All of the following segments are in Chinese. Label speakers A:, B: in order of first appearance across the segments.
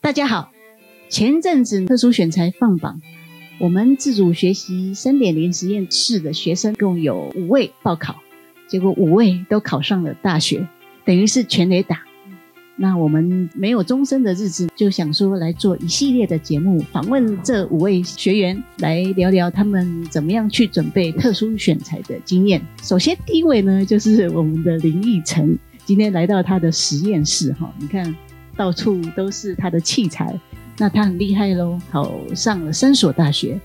A: 大家好，前阵子特殊选材放榜，我们自主学习三点零实验室的学生共有五位报考，结果五位都考上了大学，等于是全垒打。那我们没有终身的日子，就想说来做一系列的节目，访问这五位学员，来聊聊他们怎么样去准备特殊选材的经验。首先第一位呢，就是我们的林奕晨，今天来到他的实验室哈，你看到处都是他的器材，那他很厉害喽，考上了三所大学，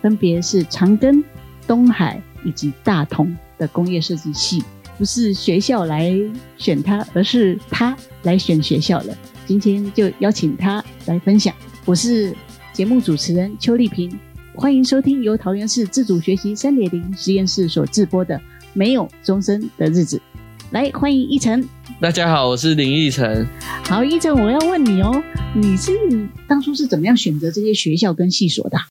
A: 分别是长庚、东海以及大同的工业设计系。不是学校来选他，而是他来选学校了。今天就邀请他来分享。我是节目主持人邱丽萍，欢迎收听由桃园市自主学习三点零实验室所制播的《没有终身的日子》。来，欢迎一晨。
B: 大家好，我是林奕晨。
A: 好，一晨，我要问你哦，你是当初是怎么样选择这些学校跟系所的啊？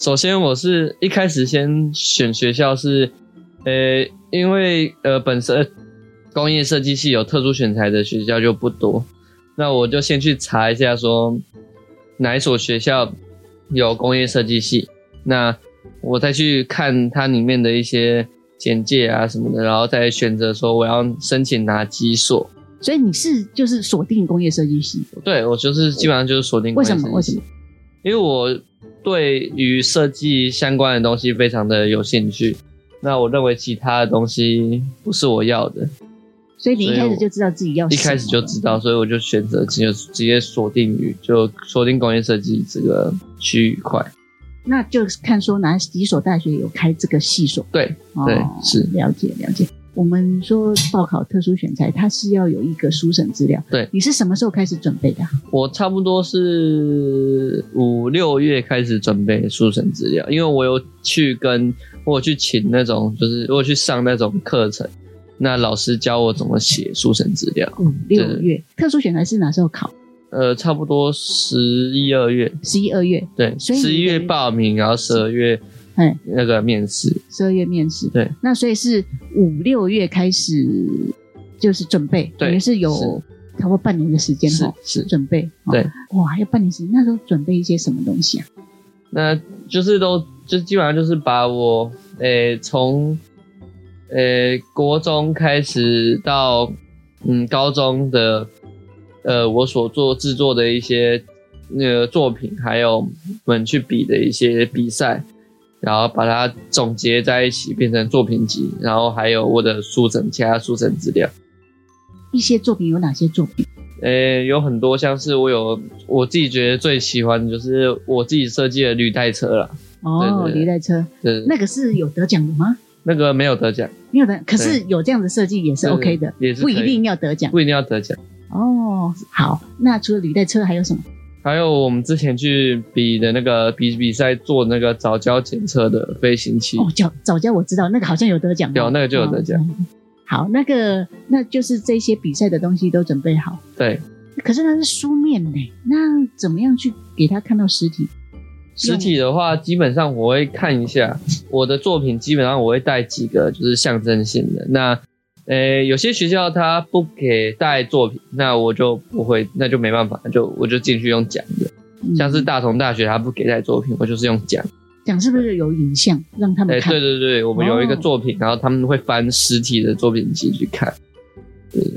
B: 首先，我是一开始先选学校是，呃、因为呃本身工业设计系有特殊选材的学校就不多，那我就先去查一下说哪一所学校有工业设计系，那我再去看它里面的一些简介啊什么的，然后再选择说我要申请哪几所。
A: 所以你是就是锁定工业设计系，
B: 对我就是基本上就是锁
A: 为
B: 定工业
A: 什
B: 设计
A: 么？为什
B: 系
A: 么？
B: 因为我对于设计相关的东西非常的有兴趣。那我认为其他的东西不是我要的，
A: 所以你一
B: 所以
A: 开始
B: 我
A: 就知道自己要
B: 一
A: 什
B: 开始
A: 么
B: 就
A: 了
B: 知道，所以我就选择直接直接锁定于就锁定工业设计这个区块。
A: 那就是看说哪几所大学有开这个系所。
B: 对，
A: 哦
B: 对是
A: 了解了解。我们说报考特殊选材，它是要有一个书审资料。
B: 对
A: 你是什么时候开始准备的啊？
B: 我差不多是五六月开始准备书审资料，因为我有去跟我有去请那种就是我有去上那种课程，那老师教我怎么写书审资料。
A: 五六
B: 嗯对
A: 月。特殊选材是哪时候考？
B: 呃，差不多十一二月，
A: 十一二月，
B: 对，
A: 所以
B: 十一
A: 你的
B: 月报名，然后十二月
A: 哎，
B: 那个面试，
A: 十二月面试。
B: 对。
A: 那所以是五六月开始就是准备，
B: 对
A: 等于是有
B: 是
A: 差不多半年的时间
B: 是
A: 哈。
B: 是，
A: 准备哦
B: 对，
A: 哇，还有半年时间，那时候准备一些什么东西啊？
B: 那就是都就基本上就是把我诶从诶国中开始到嗯高中的呃我所做制作的一些那个作品，还有我们去比的一些比赛。然后把它总结在一起，变成作品集，然后还有我的书整其他书整资料。
A: 一些作品有哪些作品？
B: 呃、有很多像是我有我自己觉得最喜欢的就是我自己设计的履带车啦，
A: 哦，
B: 对对对
A: 履带车，
B: 对，那
A: 那个是有得奖的吗？
B: 那个没有得奖
A: 没有的，可是有这样的设计也是
B: 对
A: OK 的，
B: 也是
A: 不
B: 可以
A: 一定要得奖
B: 不一定要得奖。
A: 哦。好，那除了履带车还有什么？
B: 还有我们之前去比的那个比比赛做那个早教检测的飞行器，
A: 哦，早早教我知道那个好像有得奖哦，
B: 有那个就有得奖
A: 哦。好，那个那就是这些比赛的东西都准备好，
B: 对，
A: 可是那是书面呢，那怎么样去给他看到实体？
B: 实体的话，基本上我会看一下我的作品，基本上我会带几个就是象征性的。那，呃，有些学校它不给带作品，那我就不会，那就没办法，就我就进去用讲的。
A: 嗯
B: 像是大同大学，它不给带作品，我就是用讲。
A: 讲是不是有影像让他
B: 哎、
A: 嗯们看？
B: 对对对，我们有一个
A: 哦
B: 作品，然后他们会翻实体的作品集去看。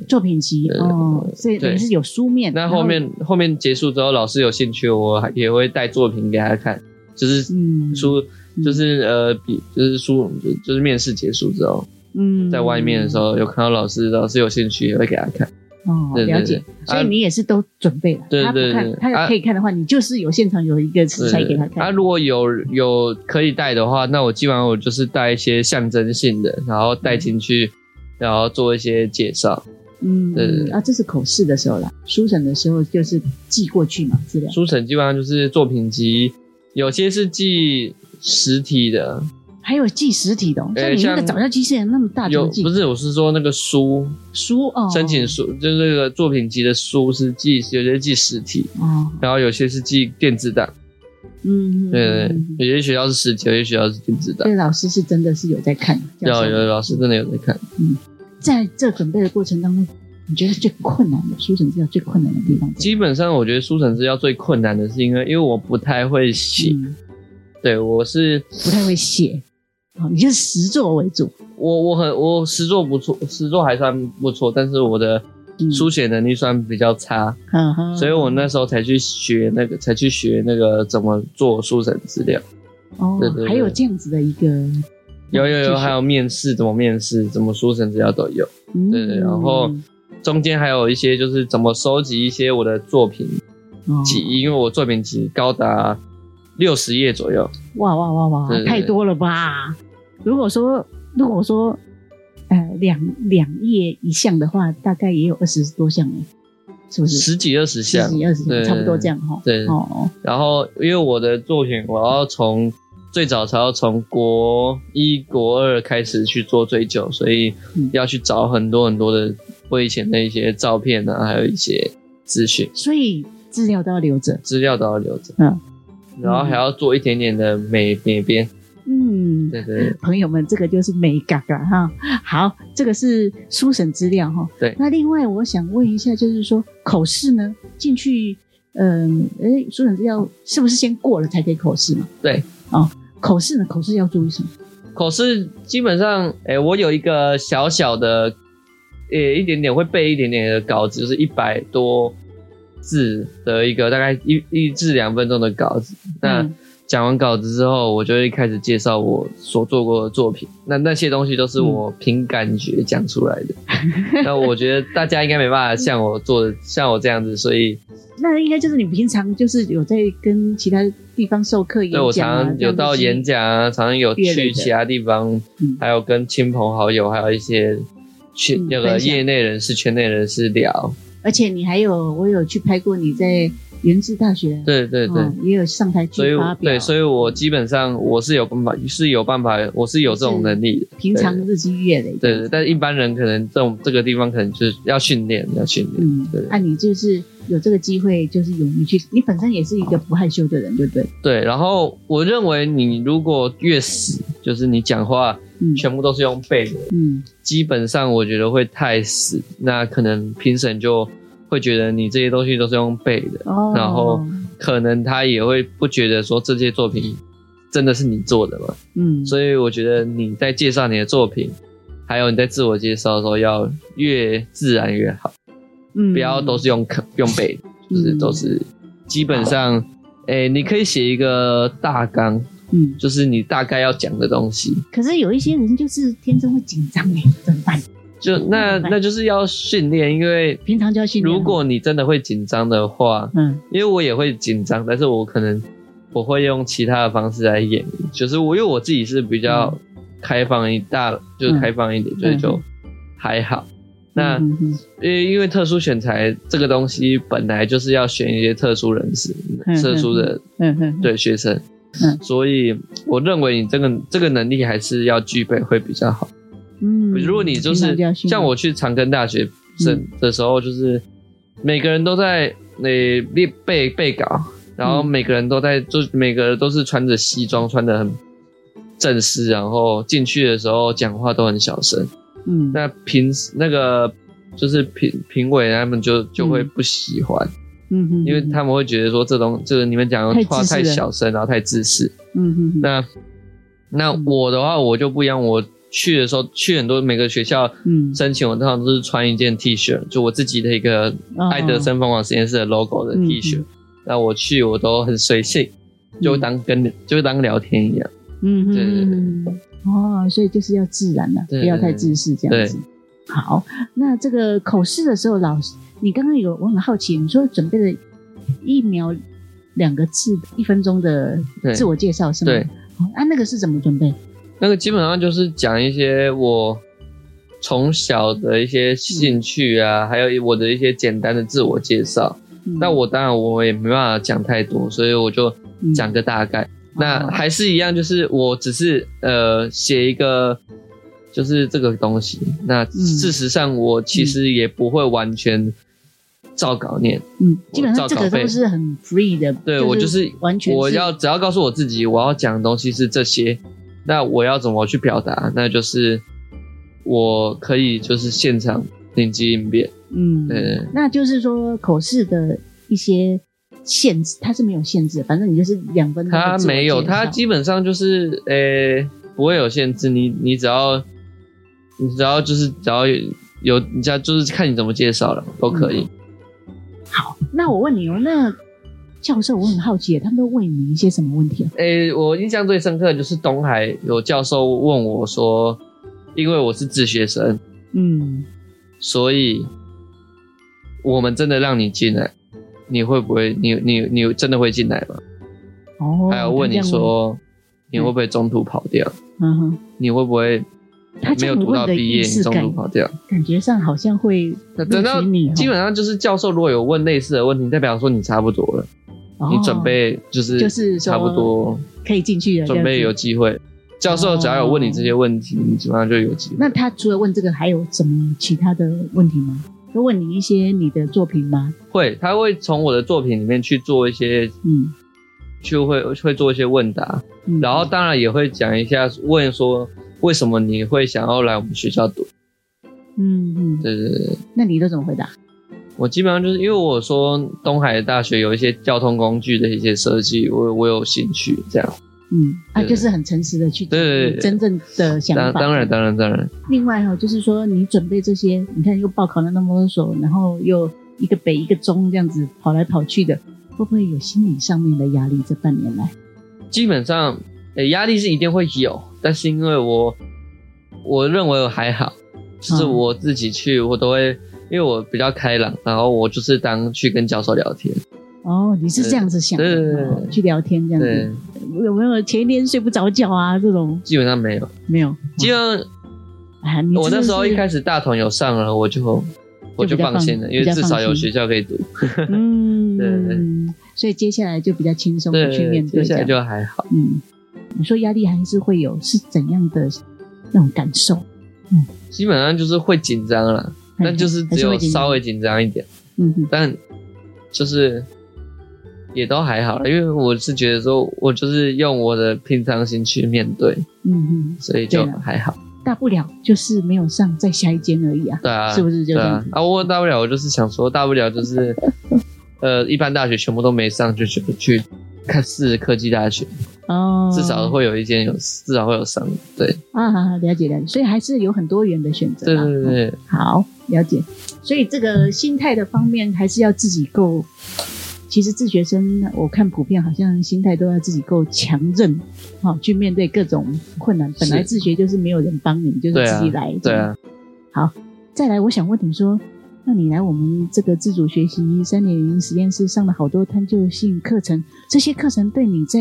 A: 作品集
B: 对
A: 哦，所以
B: 对
A: 等于是有书面。
B: 那
A: 然后
B: 后面后面结束之后，老师有兴趣，我还也会带作品给他看，就是
A: 嗯
B: 书，
A: 嗯
B: 就是呃，比就是书，就就是面试结束之后，
A: 嗯
B: 在外面的时候有看到老师，老师有兴趣也会给他看。
A: 哦，
B: 对对
A: 了解
B: 对。
A: 所
B: 啊
A: 以你也是都准备了，
B: 对
A: 他不
B: 对
A: 看，
B: 对
A: 他
B: 啊
A: 可以看的话，你就是有现场有一个
B: 对
A: 食材给他
B: 啊，
A: 看。
B: 如果有有可以带的话，那我基本上我就是带一些象征性的，然后带进去，然后做一些介绍。
A: 嗯，
B: 对对对
A: 啊，这是口试的时候啦，书审的时候就是寄过去嘛资料。
B: 书审基本上就是作品集，有些是寄实体的，
A: 还有寄实体的、哦，像
B: 呃
A: 你那个
B: 像
A: 早教机器人那么大，啊怎
B: 有
A: 么寄
B: 不是我是说那个书
A: 书哦？
B: 申请书，就是那个作品集的书是寄，有些寄实体，
A: 哦，
B: 然后有些是寄电子档，
A: 嗯，
B: 对
A: 嗯
B: 对
A: 嗯嗯
B: 对，有些学校是实体，有些学校是电子档
A: 所，以老师是真的是有在看，教
B: 然后
A: 授
B: 有的老师真的有在看，
A: 在这准备的过程当中，你觉得最困难的书审资料最困难的地方在哪？
B: 基本上我觉得书审资料最困难的是因为，因为我不太会写，
A: 嗯，
B: 对我是
A: 不太会写，好，你就是实作为 主。
B: 我我很我诗作不错，诗作还算不错，但是我的
A: 嗯
B: 书写能力算比较差，
A: 嗯哼，
B: 所以我那时候才去学那个，才去学那个怎么做书审资料。
A: 哦
B: 对对对
A: 还有这样子的一个，
B: 有有
A: 继续
B: 有，还有面试怎么面试，怎么书审资料都有。
A: 嗯
B: 对对然后中间还有一些就是怎么收集一些我的作品
A: 哦
B: 集，因为我作品集高达六十页左右。
A: 哇哇哇哇
B: 对，对
A: 太多了吧？如果说如果说呃两两页一项的话，大概也有二十多项哎，是不是？
B: 十几二十项
A: 十，几二十
B: 对
A: 项，差不多这样哈。
B: 对
A: 哦，
B: 然后因为我的作品，我要从最早才要从国一、国二开始去做追究，所以
A: 嗯
B: 要去找很多很多的我以前的一些照片啊，还有一些资讯
A: 所以资料都要留着。
B: 资料都要留着。
A: 嗯，
B: 然后还要做一点点的美美编，
A: 嗯，
B: 对对对
A: 朋友们，这个就是美嘎嘎哈。好，这个是书审资料哈。
B: 对
A: 那另外我想问一下，就是说口试呢，进去，嗯、呃，诶，书审资料是不是先过了才可以口试嘛？
B: 对。
A: 哦，口试呢，口试要注意什么？
B: 口试基本上，哎、我有一个小小的，呃、一点点会背一点点的稿子，就是一百多字的一个大概一一至两分钟的稿子。那、
A: 嗯
B: 讲完稿子之后，我就会开始介绍我所做过的作品。那那些东西都是我凭感觉讲出来 的。那我觉得大家应该没办法像我做的像我这样子，所以
A: 那应该就是你平常就是有在跟其他地方授课演
B: 对
A: 讲、啊、
B: 我常常有到演
A: 讲，
B: 讲啊，常常有
A: 毕业旅
B: 去
A: 程
B: 其他地方，
A: 嗯
B: 还有跟亲朋好友，还有一些去
A: 嗯
B: 那个
A: 分享
B: 业内人士、圈内人士聊。
A: 而且你还有我有去拍过你在原治大学，
B: 对对对，
A: 哦也有上台
B: 所以
A: 去
B: 我
A: 发表，
B: 对，所以我基本上我是有办法，是有办法，我是有这种能力的。
A: 平常日积月累，
B: 对对，但是一般人可能这种这个地方可能就是要训练，要训练。
A: 嗯
B: 对，
A: 那、你就是有这个机会，就是勇于去。你本身也是一个不害羞的人，对不对？
B: 对，然后我认为你如果越死，就是你讲话
A: 嗯
B: 全部都是用背的，
A: 嗯
B: 基本上我觉得会太死，那可能评审就会觉得你这些东西都是用背的，
A: 哦，
B: 然后可能他也会不觉得说这些作品真的是你做的嘛。
A: 嗯，
B: 所以我觉得你在介绍你的作品，还有你在自我介绍的时候，要越自然越好，
A: 以
B: 不要都是用刻用背的，就是都是
A: 嗯
B: 基本上，诶，你可以写一个大纲。
A: 嗯嗯。
B: 就是你大概要讲的东西。
A: 可是有一些人就是天生会紧张哎，怎么办？
B: 就那
A: 明白
B: 那就是要训练，因为
A: 平常就要训练哦。
B: 如果你真的会紧张的话，
A: 嗯
B: 因为我也会紧张，但是我可能我会用其他的方式来演，就是我因为我自己是比较
A: 嗯
B: 开放一大，就是开放一点，所以就还好。那
A: 嗯嗯
B: 因为因为特殊选材这个东西本来就是要选一些特殊人士、
A: 嗯
B: 特殊的
A: 嗯嗯，
B: 对学生，
A: 嗯
B: 所以我认为你这个这个能力还是要具备会比较好。
A: 嗯，
B: 如果你就
A: 平
B: 是
A: 常要训练嗯
B: 像我，去长庚大学生的时候，就是每个人都在那背背背稿，然后
A: 嗯
B: 每个人都在，就是每个人都是穿着西装，穿的很正式，然后进去的时候讲话都很小声。
A: 嗯，
B: 那评那个就是评评委他们就就会不喜欢，
A: 嗯嗯，
B: 因为他们会觉得说这种就是你们讲的
A: 太
B: 话
A: 自私
B: 太
A: 了
B: 小声，然后太自私。
A: 嗯嗯嗯
B: 那那
A: 嗯
B: 我的话，我就不一样。我去的时候，去很多每个学校
A: 嗯
B: 申请，我通常都是穿一件 T 恤，就我自己的一个
A: 哦
B: 爱德生疯狂实验室的 logo 的 T 恤
A: 嗯。
B: 那我去，我都很随性，就当跟就当聊天一样。
A: 嗯
B: 对对
A: 嗯嗯哦，所以就是要自然了，不
B: 对
A: 要太自私这样子。好，那这个口试的时候，老师，你刚刚有我很好奇，你说准备了一秒两个字一分钟的
B: 对
A: 自我介绍是吗？
B: 对，
A: 哦啊，那个是怎么准备？
B: 那个基本上就是讲一些我从小的一些兴趣啊，还有我的一些简单的自我介绍。
A: 嗯
B: 那我当然我也没办法讲太多，所以我就
A: 嗯
B: 讲个大概。那
A: 哦
B: 还是一样，就是我只是呃写一个，就是这个东西。那
A: 嗯
B: 事实上，我其实也不会完全照稿念。
A: 嗯，基本上
B: 我
A: 这
B: 照稿
A: 个
B: 背
A: 都是很 free 的，
B: 对我就是
A: 完全是
B: 我要只要告诉我自己，我要讲的东西是这些，那我要怎么去表达？那就是我可以就是现场灵机应变。
A: 嗯，
B: 对，
A: 那就是说口试的一些限制，它是没有限制的，反正你就是两分钟的
B: 它
A: 自我
B: 没有，
A: 介绍
B: 它基本上就是呃、不会有限制，你你只要你只要就是只要有有你只要就是看你怎么介绍了都可
A: 嗯
B: 以。
A: 那我问你哦，那教授，我很好奇，他们都问你一些什么问题啊？
B: 诶、我印象最深刻的就是东海有教授问我说，因为我是自学生，
A: 嗯，
B: 所以我们真的让你进来，你会不会？你你你真的会进来吗？
A: 哦，
B: 还有问你
A: 他这样问，
B: 说，你会不会中途跑掉？
A: 嗯哼，
B: 你会不会
A: 他这
B: 没有
A: 样
B: 读
A: 问
B: 到
A: 的
B: 毕
A: 仪
B: 业，你
A: 式
B: 中
A: 感
B: 途，跑掉？
A: 感觉上好像会
B: 那等到
A: 录取你哦
B: 基本上就是教授如果有问类似的问题，代表说你差不多了，你准备就是
A: 就是说
B: 差不多
A: 哦可以进去了，
B: 准备
A: 这
B: 有
A: 样子。
B: 机会。教授只要有问你这些问题，你基本上就有机会。
A: 那他除了问这个，还有什么其他的问题吗？会问你一些你的作品吗？
B: 会，他会从我的作品里面去做一些，
A: 嗯，
B: 去会会做一些问答，
A: 嗯
B: 然后当然也会讲一下，问说为什么你会想要来我们学校读？
A: 嗯嗯，
B: 对对对，
A: 那你都怎么回答？
B: 我基本上就是因为我说东海大学有一些交通工具的一些设计，我我有兴趣这样。
A: 嗯啊，
B: 对
A: 就是很诚实的去讲
B: 对对对
A: 你真正的想
B: 当
A: 法。
B: 当然当然当然，
A: 另外哈、就是说你准备这些，你看又报考了那么多所，然后又一个北一个中这样子跑来跑去的，会不会有心理上面的压力？这半年来，
B: 基本上呃压力是一定会有，但是因为我我认为我还好，就是
A: 嗯
B: 我自己去我都会，因为我比较开朗，然后我就是当去跟教授聊天。
A: 哦，你是这样子想的，
B: 对对对对
A: 哦去聊天这样
B: 对
A: 子，，有没有前一天睡不着觉啊？这种
B: 基本上没有。
A: 没有。
B: 基本上
A: 啊，嗯你
B: 我那时候一开
A: 始，
B: 始大同有上了，我就我就
A: 就比较
B: 放心了，
A: 放
B: 因为至少有
A: 比较放心
B: 学校可以读。
A: 嗯，
B: 对对
A: 所以接下来就比较轻松的去
B: 对，
A: 面
B: 接
A: 对这
B: 下来
A: 样。
B: 就还好。
A: 嗯，你说压力还是会有，是怎样的那种感受？
B: 基本上就是会紧张了，但就是只有
A: 嗯还是会紧张
B: 稍微紧张一点，
A: 嗯哼
B: 但就是也都还好了，因为我是觉得说，我就是用我的平常心去面对，
A: 嗯哼。
B: 所以就
A: 对啊
B: 还好。
A: 大不了就是没有上，再下一间而已啊，
B: 对啊，
A: 是不是就
B: 对
A: 这
B: 啊
A: 样子？，
B: 啊，我大不了我就是想说，大不 了就是，呃，一般大学全部都没上，就去去看试科技大学。
A: 哦，
B: 啊至少会有一间有，至少会有商。对
A: 啊，了解了解，所以还是有很多元的选择
B: 对
A: 啦。
B: 对
A: 嗯，
B: 对，
A: 好，了解。所以这个心态的方面还是要自己够。其实自学生，我看普遍好像心态都要自己够强韧，好、去面对各种困难。本来
B: 是
A: 自学就是没有人帮你，就是
B: 对
A: 自
B: 啊
A: 己来。
B: 对啊，
A: 再来，我想问你说，那你来我们这个自主学习三点零实验室上了好多探究性课程，这些课程对你在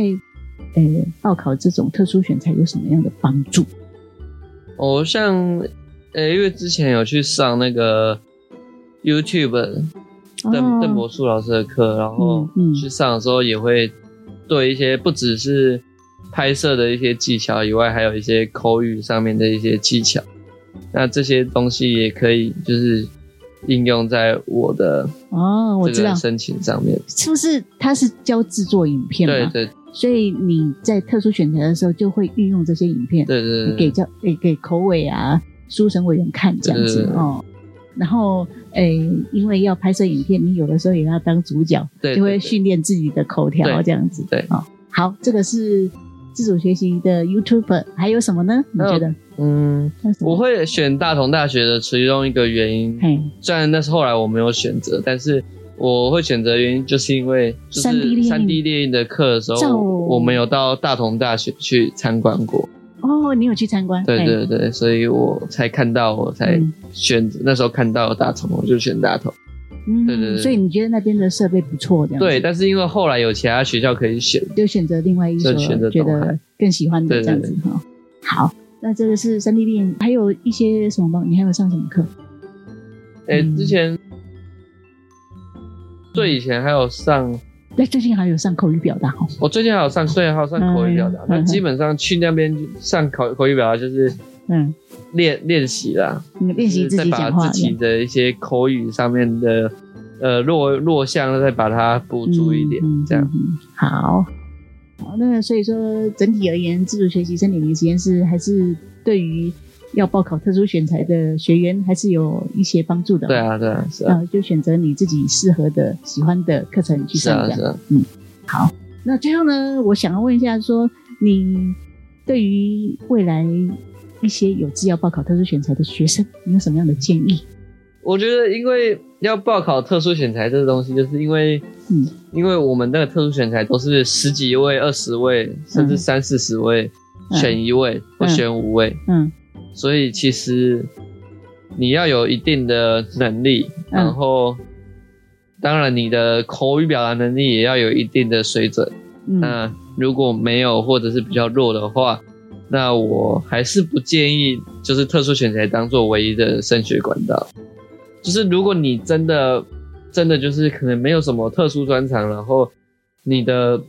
A: 呃报考这种特殊选材有什么样的帮助？
B: 我哦像，呃、因为之前有去上那个 YouTube 邓邓
A: 哦，
B: 柏树老师的课，然后
A: 嗯嗯
B: 去上的时候也会对一些不只是拍摄的一些技巧以外，还有一些口语上面的一些技巧。那这些东西也可以就是应用在我的
A: 哦，我
B: 这
A: 知
B: 个
A: 道，
B: 申请上面。
A: 是不是他是教制作影片
B: 对
A: 嘛？
B: 对
A: 所以你在特殊选材的时候就会运用这些影片，
B: 对对对
A: 给
B: 对，
A: 教诶给口尾啊、书审委员看这样
B: 对
A: 子
B: 对对
A: 哦。然后诶，因为要拍摄影片，你有的时候也要当主角，
B: 对
A: 就会
B: 对对
A: 训练自己的口条
B: 对
A: 这样子。
B: 对
A: 哦，好，这个是自主学习的 YouTube，还有什么呢？你
B: 还有
A: 觉得？
B: 嗯。
A: 还有什么
B: 我会选大同大学的其中一个原因，
A: 嘿，
B: 虽然那是后来我没有选择，但是我会选择的原因就是因为就是
A: 3D 列印
B: 三 D 列印的课的时
A: 照
B: 候，我们有到大同大学去参观过，
A: 哦，你有去参观？
B: 对
A: 嘿
B: 对对，所以我才看到，我才
A: 嗯
B: 选择、那时候看到大同，我就选大同。
A: 嗯，
B: 对对对
A: 所以你觉得那边的设备不错，这样子
B: 对，但是因为后来有其他学校可以选，
A: 就选择另外一所
B: 就选择
A: 觉
B: 东
A: 得
B: 海
A: 更喜欢的
B: 对
A: 这样子哈。好，那这个是三 D 电影，还有一些什么吗？你还有上什么课？
B: 诶、
A: 嗯
B: 之前最以前还有上，
A: 那最近还有上口语表达哈。
B: 我最近还有上，对，还有上口语表达
A: 嗯，
B: 那、
A: 嗯
B: 基本上去那边上口口语表达就是。
A: 嗯，
B: 练练习啦，
A: 你练习自己讲
B: 就是再
A: 话
B: 把自己的一些口语上面的呃弱弱项，再把它补足一点，
A: 嗯嗯
B: 这样。
A: 嗯嗯好，好，那所以说整体而言，自主学习三点零实验室还是对于要报考特殊选材的学员还是有一些帮助的。
B: 对，啊，对啊，是啊，
A: 那就选择你自己适合的、喜欢的课程去
B: 是
A: 上。
B: 啊，
A: 嗯这
B: 是
A: 样。
B: 啊。
A: 那最后呢，我想要问一下说，你对于未来一些有志要报考特殊选材的学生，你有什么样的建议？
B: 我觉得，因为要报考特殊选材这个东西，就是因为，
A: 嗯
B: 因为我们那个特殊选材都是十几位、二十位，甚至
A: 嗯
B: 三四十位、
A: 嗯
B: 选一位或
A: 嗯
B: 选五位，
A: 嗯
B: 所以其实你要有一定的能力，
A: 嗯
B: 然后当然你的口语表达能力也要有一定的水准。
A: 嗯
B: 那如果没有或者是比较弱的话，那我还是不建议就是特殊选材当做唯一的升学管道。就是如果你真的真的就是可能没有什么特殊专长，然后你的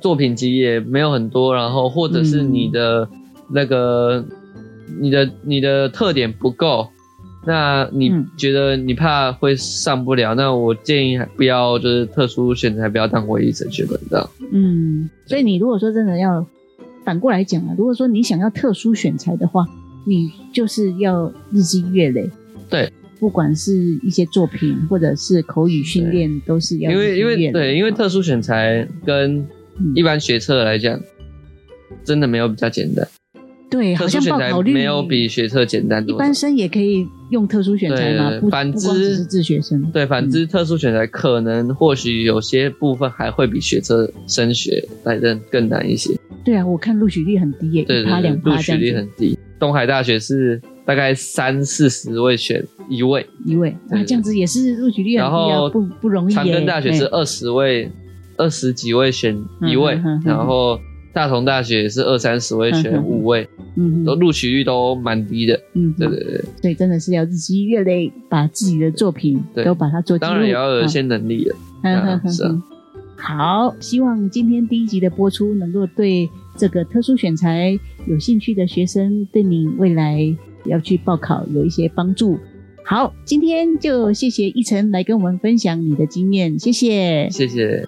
B: 作品集也没有很多，然后或者是
A: 嗯
B: 你的那个、你的你的特点不够，那你
A: 嗯
B: 觉得你怕会上不了，那我建议不要就是特殊选材不要当唯一升学管道。
A: 嗯，所以你如果说真的要反过来讲啊，如果说你想要特殊选材的话，你就是要日积月累。
B: 对，
A: 不管是一些作品或者是口语训练，都是要
B: 因
A: 日积
B: 为因为
A: 月累
B: 对，因为特殊选材跟
A: 嗯
B: 一般学测来讲，真的没有比较简单。
A: 对，哎好
B: 特殊
A: 像
B: 选
A: 报
B: 材
A: 考率
B: 没有比学测简单
A: 一
B: 多少。
A: 般生也可以用特殊选材嘛，
B: 对
A: 不
B: 反
A: 不光
B: 之
A: 只是自学生。嗯
B: 对，反之特殊选材可能或许有些部分还会比学测升学来的更难一些。
A: 对啊，我看录取率很低耶，
B: 对
A: 一
B: 对
A: 趴
B: 对
A: 两，
B: 录
A: 趴
B: 取
A: 这
B: 率
A: 样子，
B: 很低。东海大学是大概三四十位选一位，
A: 一位
B: 对
A: 啊，
B: 对
A: 这样子也是录取率很
B: 然
A: 低啊，
B: 后
A: 不不容易耶。
B: 长庚大学是
A: 哎
B: 二十位，二十几位选一位
A: 嗯哼哼，哼
B: 然后大同大学也是二三十位
A: 嗯
B: 选
A: 哼
B: 五位，
A: 嗯
B: 都
A: 哼
B: 录取率都蛮低的。
A: 嗯哼，
B: 对对对，
A: 所以真的是要日积月累，把自己的作品
B: 对
A: 都把它做进啊
B: 当然也要有一些能力了。
A: 嗯哼哼
B: 是啊
A: 哼好，希望今天第一集的播出能够对这个特殊选材有兴趣的学生，对你未来要去报考有一些帮助。好，今天就谢谢一晨来跟我们分享你的经验，谢谢。
B: 谢谢。